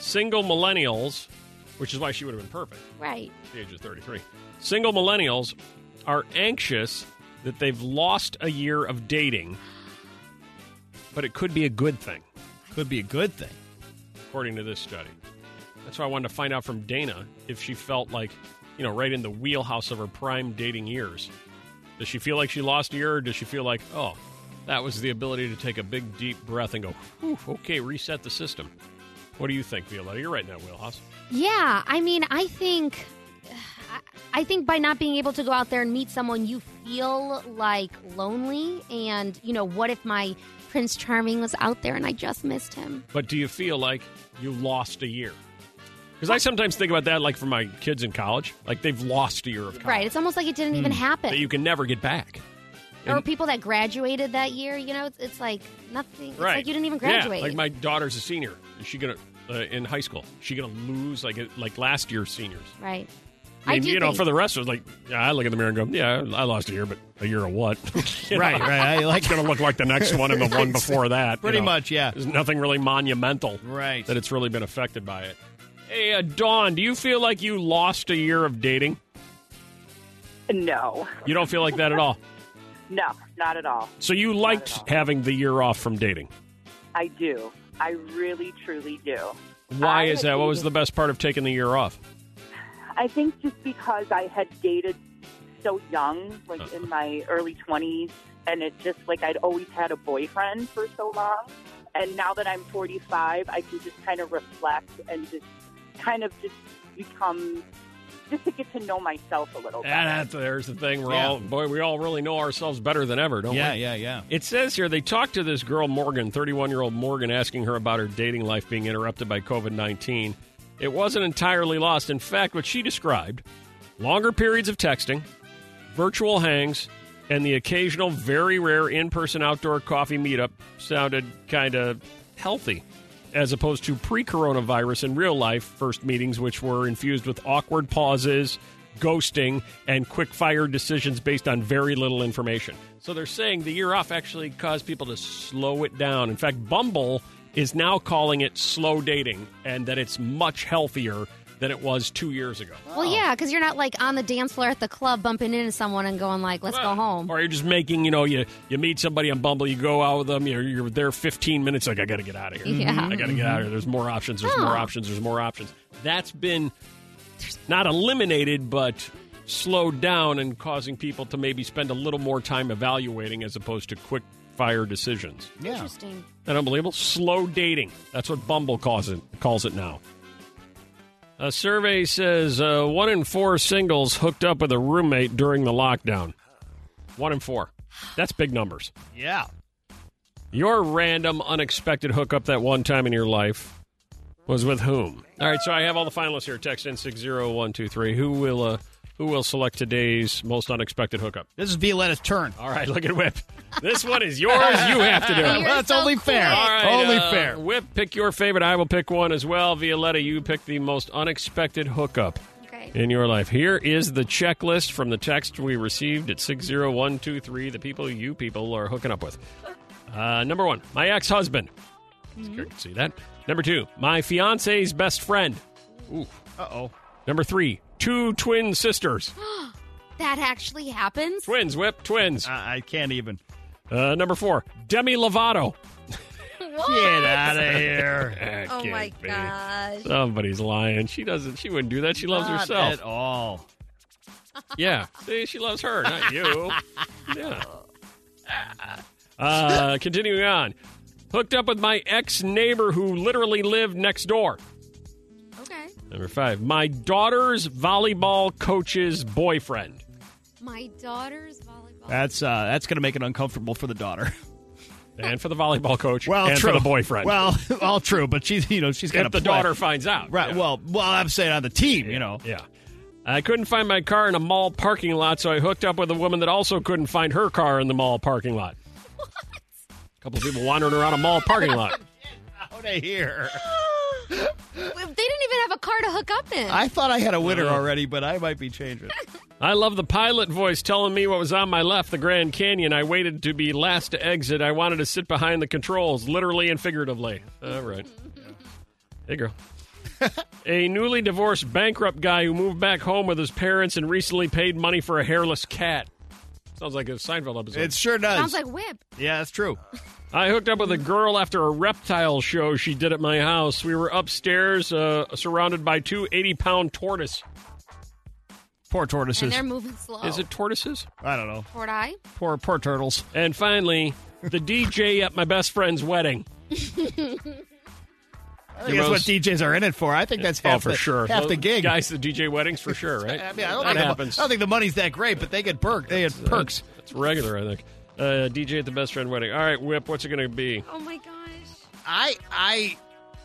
A: single millennials which is why she would have been perfect
B: Right.
A: at the age of 33. Single millennials are anxious that they've lost a year of dating, but it could be a good thing.
C: Could be a good thing.
A: According to this study. That's why I wanted to find out from Dana if she felt like, you know, right in the wheelhouse of her prime dating years. Does she feel like she lost a year or does she feel like, oh, that was the ability to take a big, deep breath and go, Whew, okay, reset the system? What do you think, Violetta? You're right in that wheelhouse.
B: Yeah, I mean, I think, I think by not being able to go out there and meet someone, you feel like lonely. And you know, what if my Prince Charming was out there and I just missed him?
A: But do you feel like you lost a year? Because I sometimes think about that, like for my kids in college, like they've lost a year of college
B: Right. It's almost like it didn't even happen.
A: that Hmm. you can never get back.
B: or people that graduated that year. You know, it's, it's like nothing. It's
A: right?
B: like you didn't even
A: Yeah,
B: graduate.
A: like my daughter's a senior. Is she gonna uh, in high school? Is she gonna lose like like last year's seniors?
B: right.
A: I mean,
B: do
A: you know,
B: think-
A: for the rest of us, like, yeah, I look in the mirror and go, yeah, I lost a year, but a year of what? You know?
C: Right, right. I like-
A: it's going to look like the next one and the one before that. you
C: Pretty
A: know.
C: much, yeah.
A: There's nothing really monumental
C: Right.
A: that it's really been affected by it. Hey, uh, Dawn, do you feel like you lost a year of dating?
E: No,
A: You don't feel like that at all.
E: no, not at all.
A: So you liked having the year off from dating.
E: I do. I really, truly do.
A: Why is that? What was the best part of taking the year off?
E: I think just because I had dated so young, like in my early 20s, and it just like I'd always had a boyfriend for so long. And now that I'm 45, I can just kind of reflect and just kind of just become, just to get to know myself a little bit.
A: Ah, that- there's the thing. We're
E: Yeah.
A: all boy. We all really know ourselves better than ever, don't
C: Yeah,
A: we?
C: yeah, yeah.
A: It says here they talked to this girl Morgan, 31 year old Morgan, asking her about her dating life being interrupted by COVID 19. It wasn't entirely lost. In fact, what she described: longer periods of texting, virtual hangs, and the occasional, very rare in-person outdoor coffee meetup sounded kind of healthy. As opposed to pre coronavirus in real life first meetings, which were infused with awkward pauses, ghosting, and quick fire decisions based on very little information. So they're saying the year off actually caused people to slow it down. In fact, Bumble is now calling it slow dating and that it's much healthier than it was two years ago.
B: Well, yeah, because you're not like on the dance floor at the club bumping into someone and going like, "Let's go home."
A: Or you're just making, you know, you you meet somebody on Bumble, you go out with them, you're, you're there 15 minutes, like, I got to get out of here.
B: Yeah. Oh.
A: I got to get out of here. There's more options, there's more
B: No.
A: options, there's more options. That's been not eliminated, but slowed down and causing people to maybe spend a little more time evaluating as opposed to quick fire decisions.
C: Yeah.
B: Interesting.
A: That unbelievable? Slow dating. That's what Bumble calls it, calls it now. A survey says uh, one in four singles hooked up with a roommate during the lockdown. One in four. That's big numbers.
C: Yeah.
A: Your random, unexpected hookup that one time in your life was with whom? All right, so I have all the finalists here. Text in six zero one two three. Who will uh, who will select today's most unexpected hookup?
C: This is Violetta's turn.
A: All right, look at Whip. This one is yours. You have to do it.
C: Well, Oh, that's only fair.
A: All right,
C: only
A: uh,
C: fair.
A: Whip, pick your favorite. I will pick one as well. Violetta, you pick the most unexpected hookup
B: Okay.
A: in your life. Here is the checklist from the text we received at 60123. The people you people are hooking up with. Uh, number one, my ex husband. I can see that. Number two, my fiance's best friend. Ooh.
C: Uh oh.
A: Number three, two twin sisters.
B: that actually happens.
A: Twins, Whip, twins.
C: I, I can't even.
A: Uh, number four, Demi Lovato.
C: Get out of here.
A: That
B: Oh
A: can't
B: my
A: be.
B: gosh.
A: Somebody's lying. She doesn't. She wouldn't do that. She loves
C: Not
A: herself.
C: at all.
A: Yeah. See, she loves her, not you. Yeah. Uh, continuing on. Hooked up with my ex neighbor who literally lived next door.
B: Okay.
A: Number five, my daughter's volleyball coach's boyfriend.
B: My daughter's volleyball.
C: That's uh, that's going to make it uncomfortable for the daughter.
A: And for the volleyball coach and for the boyfriend.
C: Well, all true, but she's you know she's got
A: if the daughter finds out.
C: Right.
A: Yeah.
C: Well, well, I'm saying on the team, you know.
A: Yeah. I couldn't find my car in a mall parking lot, so I hooked up with a woman that also couldn't find her car in the mall parking lot. A couple of people wandering around a mall parking lot.
C: Out of here.
B: They didn't even have a car to hook up in.
C: I thought I had a winner already, but I might be changing.
A: I love the pilot voice telling me what was on my left, the Grand Canyon. I waited to be last to exit. I wanted to sit behind the controls, literally and figuratively. All right. Hey, girl. a newly divorced bankrupt guy who moved back home with his parents and recently paid money for a hairless cat. Sounds like a Seinfeld episode.
C: It sure does.
B: Sounds like whip.
C: Yeah, that's true.
A: I hooked up with a girl after a reptile show she did at my house. We were upstairs, uh, surrounded by two 80 pound tortoise.
C: Poor
B: And
C: tortoises.
B: they're moving slow.
A: Is it tortoises?
C: I don't know.
B: Port eye?
C: Poor poor turtles.
A: And finally, the DJ at my best friend's wedding.
C: I think that's what DJs are in it for. I think that's half
A: oh, for
C: the,
A: sure.
C: half the
A: Those
C: gig.
A: Guys, the DJ weddings for sure, right?
C: I mean, I don't,
A: that
C: think
A: happens.
C: The, I don't think the money's that great, but they get perk. They get perks.
A: It's regular, I think. Uh, DJ at the best friend wedding. All right, Whip, what's it going to be?
B: Oh my gosh.
C: I I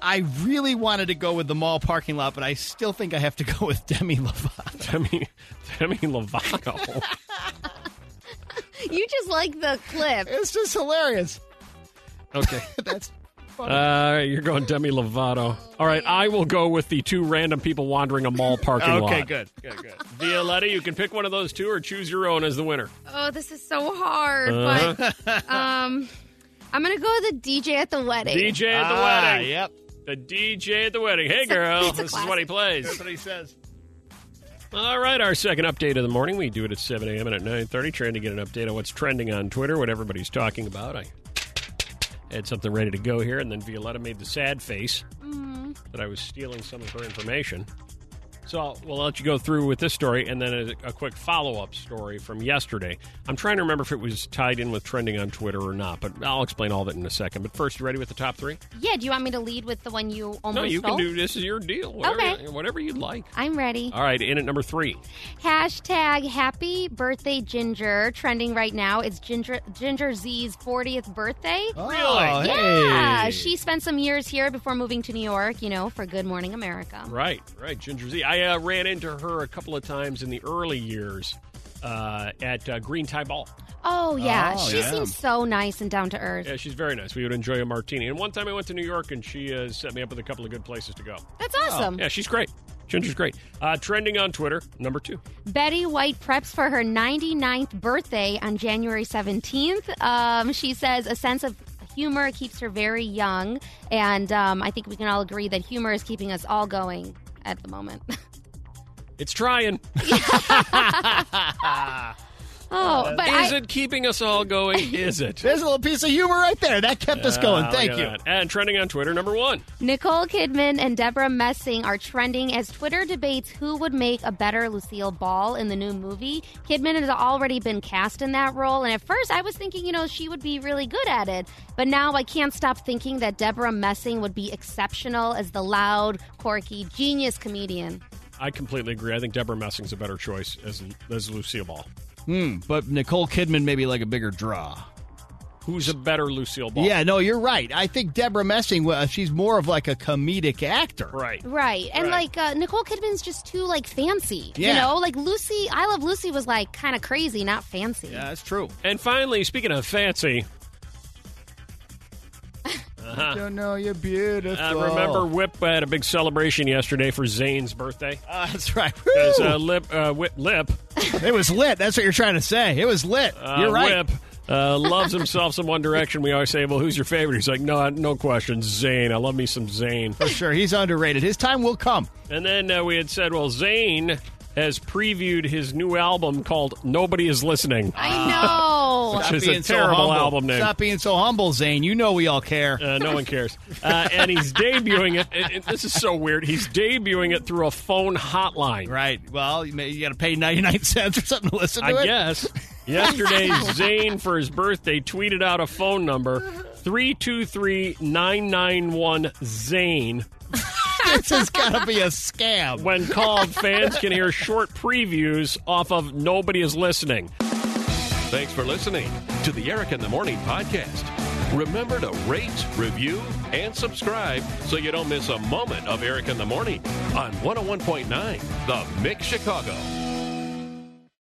C: I really wanted to go with the mall parking lot, but I still think I have to go with Demi Lovato.
A: Demi Demi Lovato.
B: You just like the clip.
C: It's just hilarious.
A: Okay.
C: That's funny.
A: Uh, you're going Demi Lovato. All right, I will go with the two random people wandering a mall parking lot.
C: okay, good. good, good.
A: Violetta, you can pick one of those two or choose your own as the winner.
B: Oh, this is so hard.
A: Uh-huh.
B: But um, I'm gonna go with the DJ at the wedding.
A: DJ at the
C: Ah,
A: wedding.
C: Yep.
A: The DJ at the wedding. Hey,
B: It's a-
A: girl,
B: it's a
A: this is what he plays.
C: That's what he says.
A: All right, our second update of the morning. We do it at 7 a.m. and at 9.30, trying to get an update on what's trending on Twitter, what everybody's talking about. I had something ready to go here, and then Violetta made the sad face
B: Mm-hmm.
A: that I was stealing some of her information. So we'll let you go through with this story, and then a, a quick follow-up story from yesterday. I'm trying to remember if it was tied in with trending on Twitter or not, but I'll explain all of it in a second. But first, you ready with the top three?
B: Yeah. Do you want me to lead with the one you almost
A: no, you
B: stole?
A: can do Uh. this. Is your deal. Whatever,
B: Okay.
A: whatever you'd like.
B: I'm ready.
A: All right, in at number three.
B: Hashtag Happy Birthday Ginger trending right now. It's Ginger Ginger Z's 40th birthday.
C: Oh, hey.
B: Yeah, she spent some years here before moving to New York. You know, for Good Morning America.
A: Right, right, Ginger Z. I uh, ran into her a couple of times in the early years uh, at uh, Green Tie Ball.
B: Oh yeah,
C: Oh,
B: she
C: yeah.
B: seems so nice and down to earth.
A: Yeah, she's very nice. We would enjoy a martini. And one time I went to New York, and she uh, set me up with a couple of good places to go.
B: That's awesome.
A: Yeah, she's great. Ginger's great. Uh, trending on Twitter, number two.
B: Betty White preps for her 99th birthday on January 17th. Um, she says a sense of humor keeps her very young, and um, I think we can all agree that humor is keeping us all going at the moment.
A: It's trying.
B: oh,
C: Uh,
B: but
A: is
B: I,
A: it keeping us all going? Is it?
C: There's a little piece of humor right there. That kept us going.
A: Ah, look
C: Thank
A: at
C: you.
A: that. And trending on Twitter, number one.
B: Nicole Kidman and Deborah Messing are trending as Twitter debates who would make a better Lucille Ball in the new movie. Kidman has already been cast in that role, and at first I was thinking, you know, she would be really good at it. But now I can't stop thinking that Deborah Messing would be exceptional as the loud, quirky, genius comedian.
A: I completely agree. I think Deborah Messing's a better choice as as Lucille Ball.
C: Hmm, but Nicole Kidman maybe like a bigger draw.
A: Who's a better Lucille Ball?
C: Yeah, no, you're right. I think Deborah Messing, well, she's more of like a comedic actor.
A: Right.
B: Right. And
A: Right.
B: like uh, Nicole Kidman's just too like fancy. You
C: Yeah.
B: know, like Lucy, I Love Lucy was like kind of crazy, not fancy.
C: Yeah, that's true.
A: And finally, speaking of fancy,
C: You know you're beautiful.
A: uh, remember Whip had a big celebration yesterday for Zane's birthday.
C: Uh, that's right.
A: 'Cause,
C: Woo!
A: uh, Lip, uh, Whip, Lip,
C: it was lit. That's what you're trying to say. It was lit.
A: uh,
C: you're right.
A: Whip uh, loves himself some One Direction. We always say, "Well, who's your favorite?" He's like, "No, no question, Zane. I love me some Zane."
C: For sure. He's underrated. His time will come.
A: And then uh, we had said, "Well, Zane has previewed his new album called Nobody Is Listening."
B: I know.
A: Which
C: Stop
A: is a
C: being so
A: terrible
C: humble.
A: album name.
C: Stop being so humble, Zane. You know we all care.
A: Uh, no one cares. Uh, and he's debuting it. and- and This is so weird. He's debuting it through a phone hotline.
C: right. Well, you, may- you got to pay 99 cents or something to listen to
A: I
C: it.
A: guess. Yesterday, Zane, for his birthday, tweeted out a phone number 323 991 Zane.
C: This has got to be a scam.
A: When called, fans can hear short previews off of Nobody Is Listening.
L: Thanks for listening to the Eric in the Morning podcast. Remember to rate, review, and subscribe so oh you don't miss a moment of Eric in the Morning on 101.9 The Mix Chicago.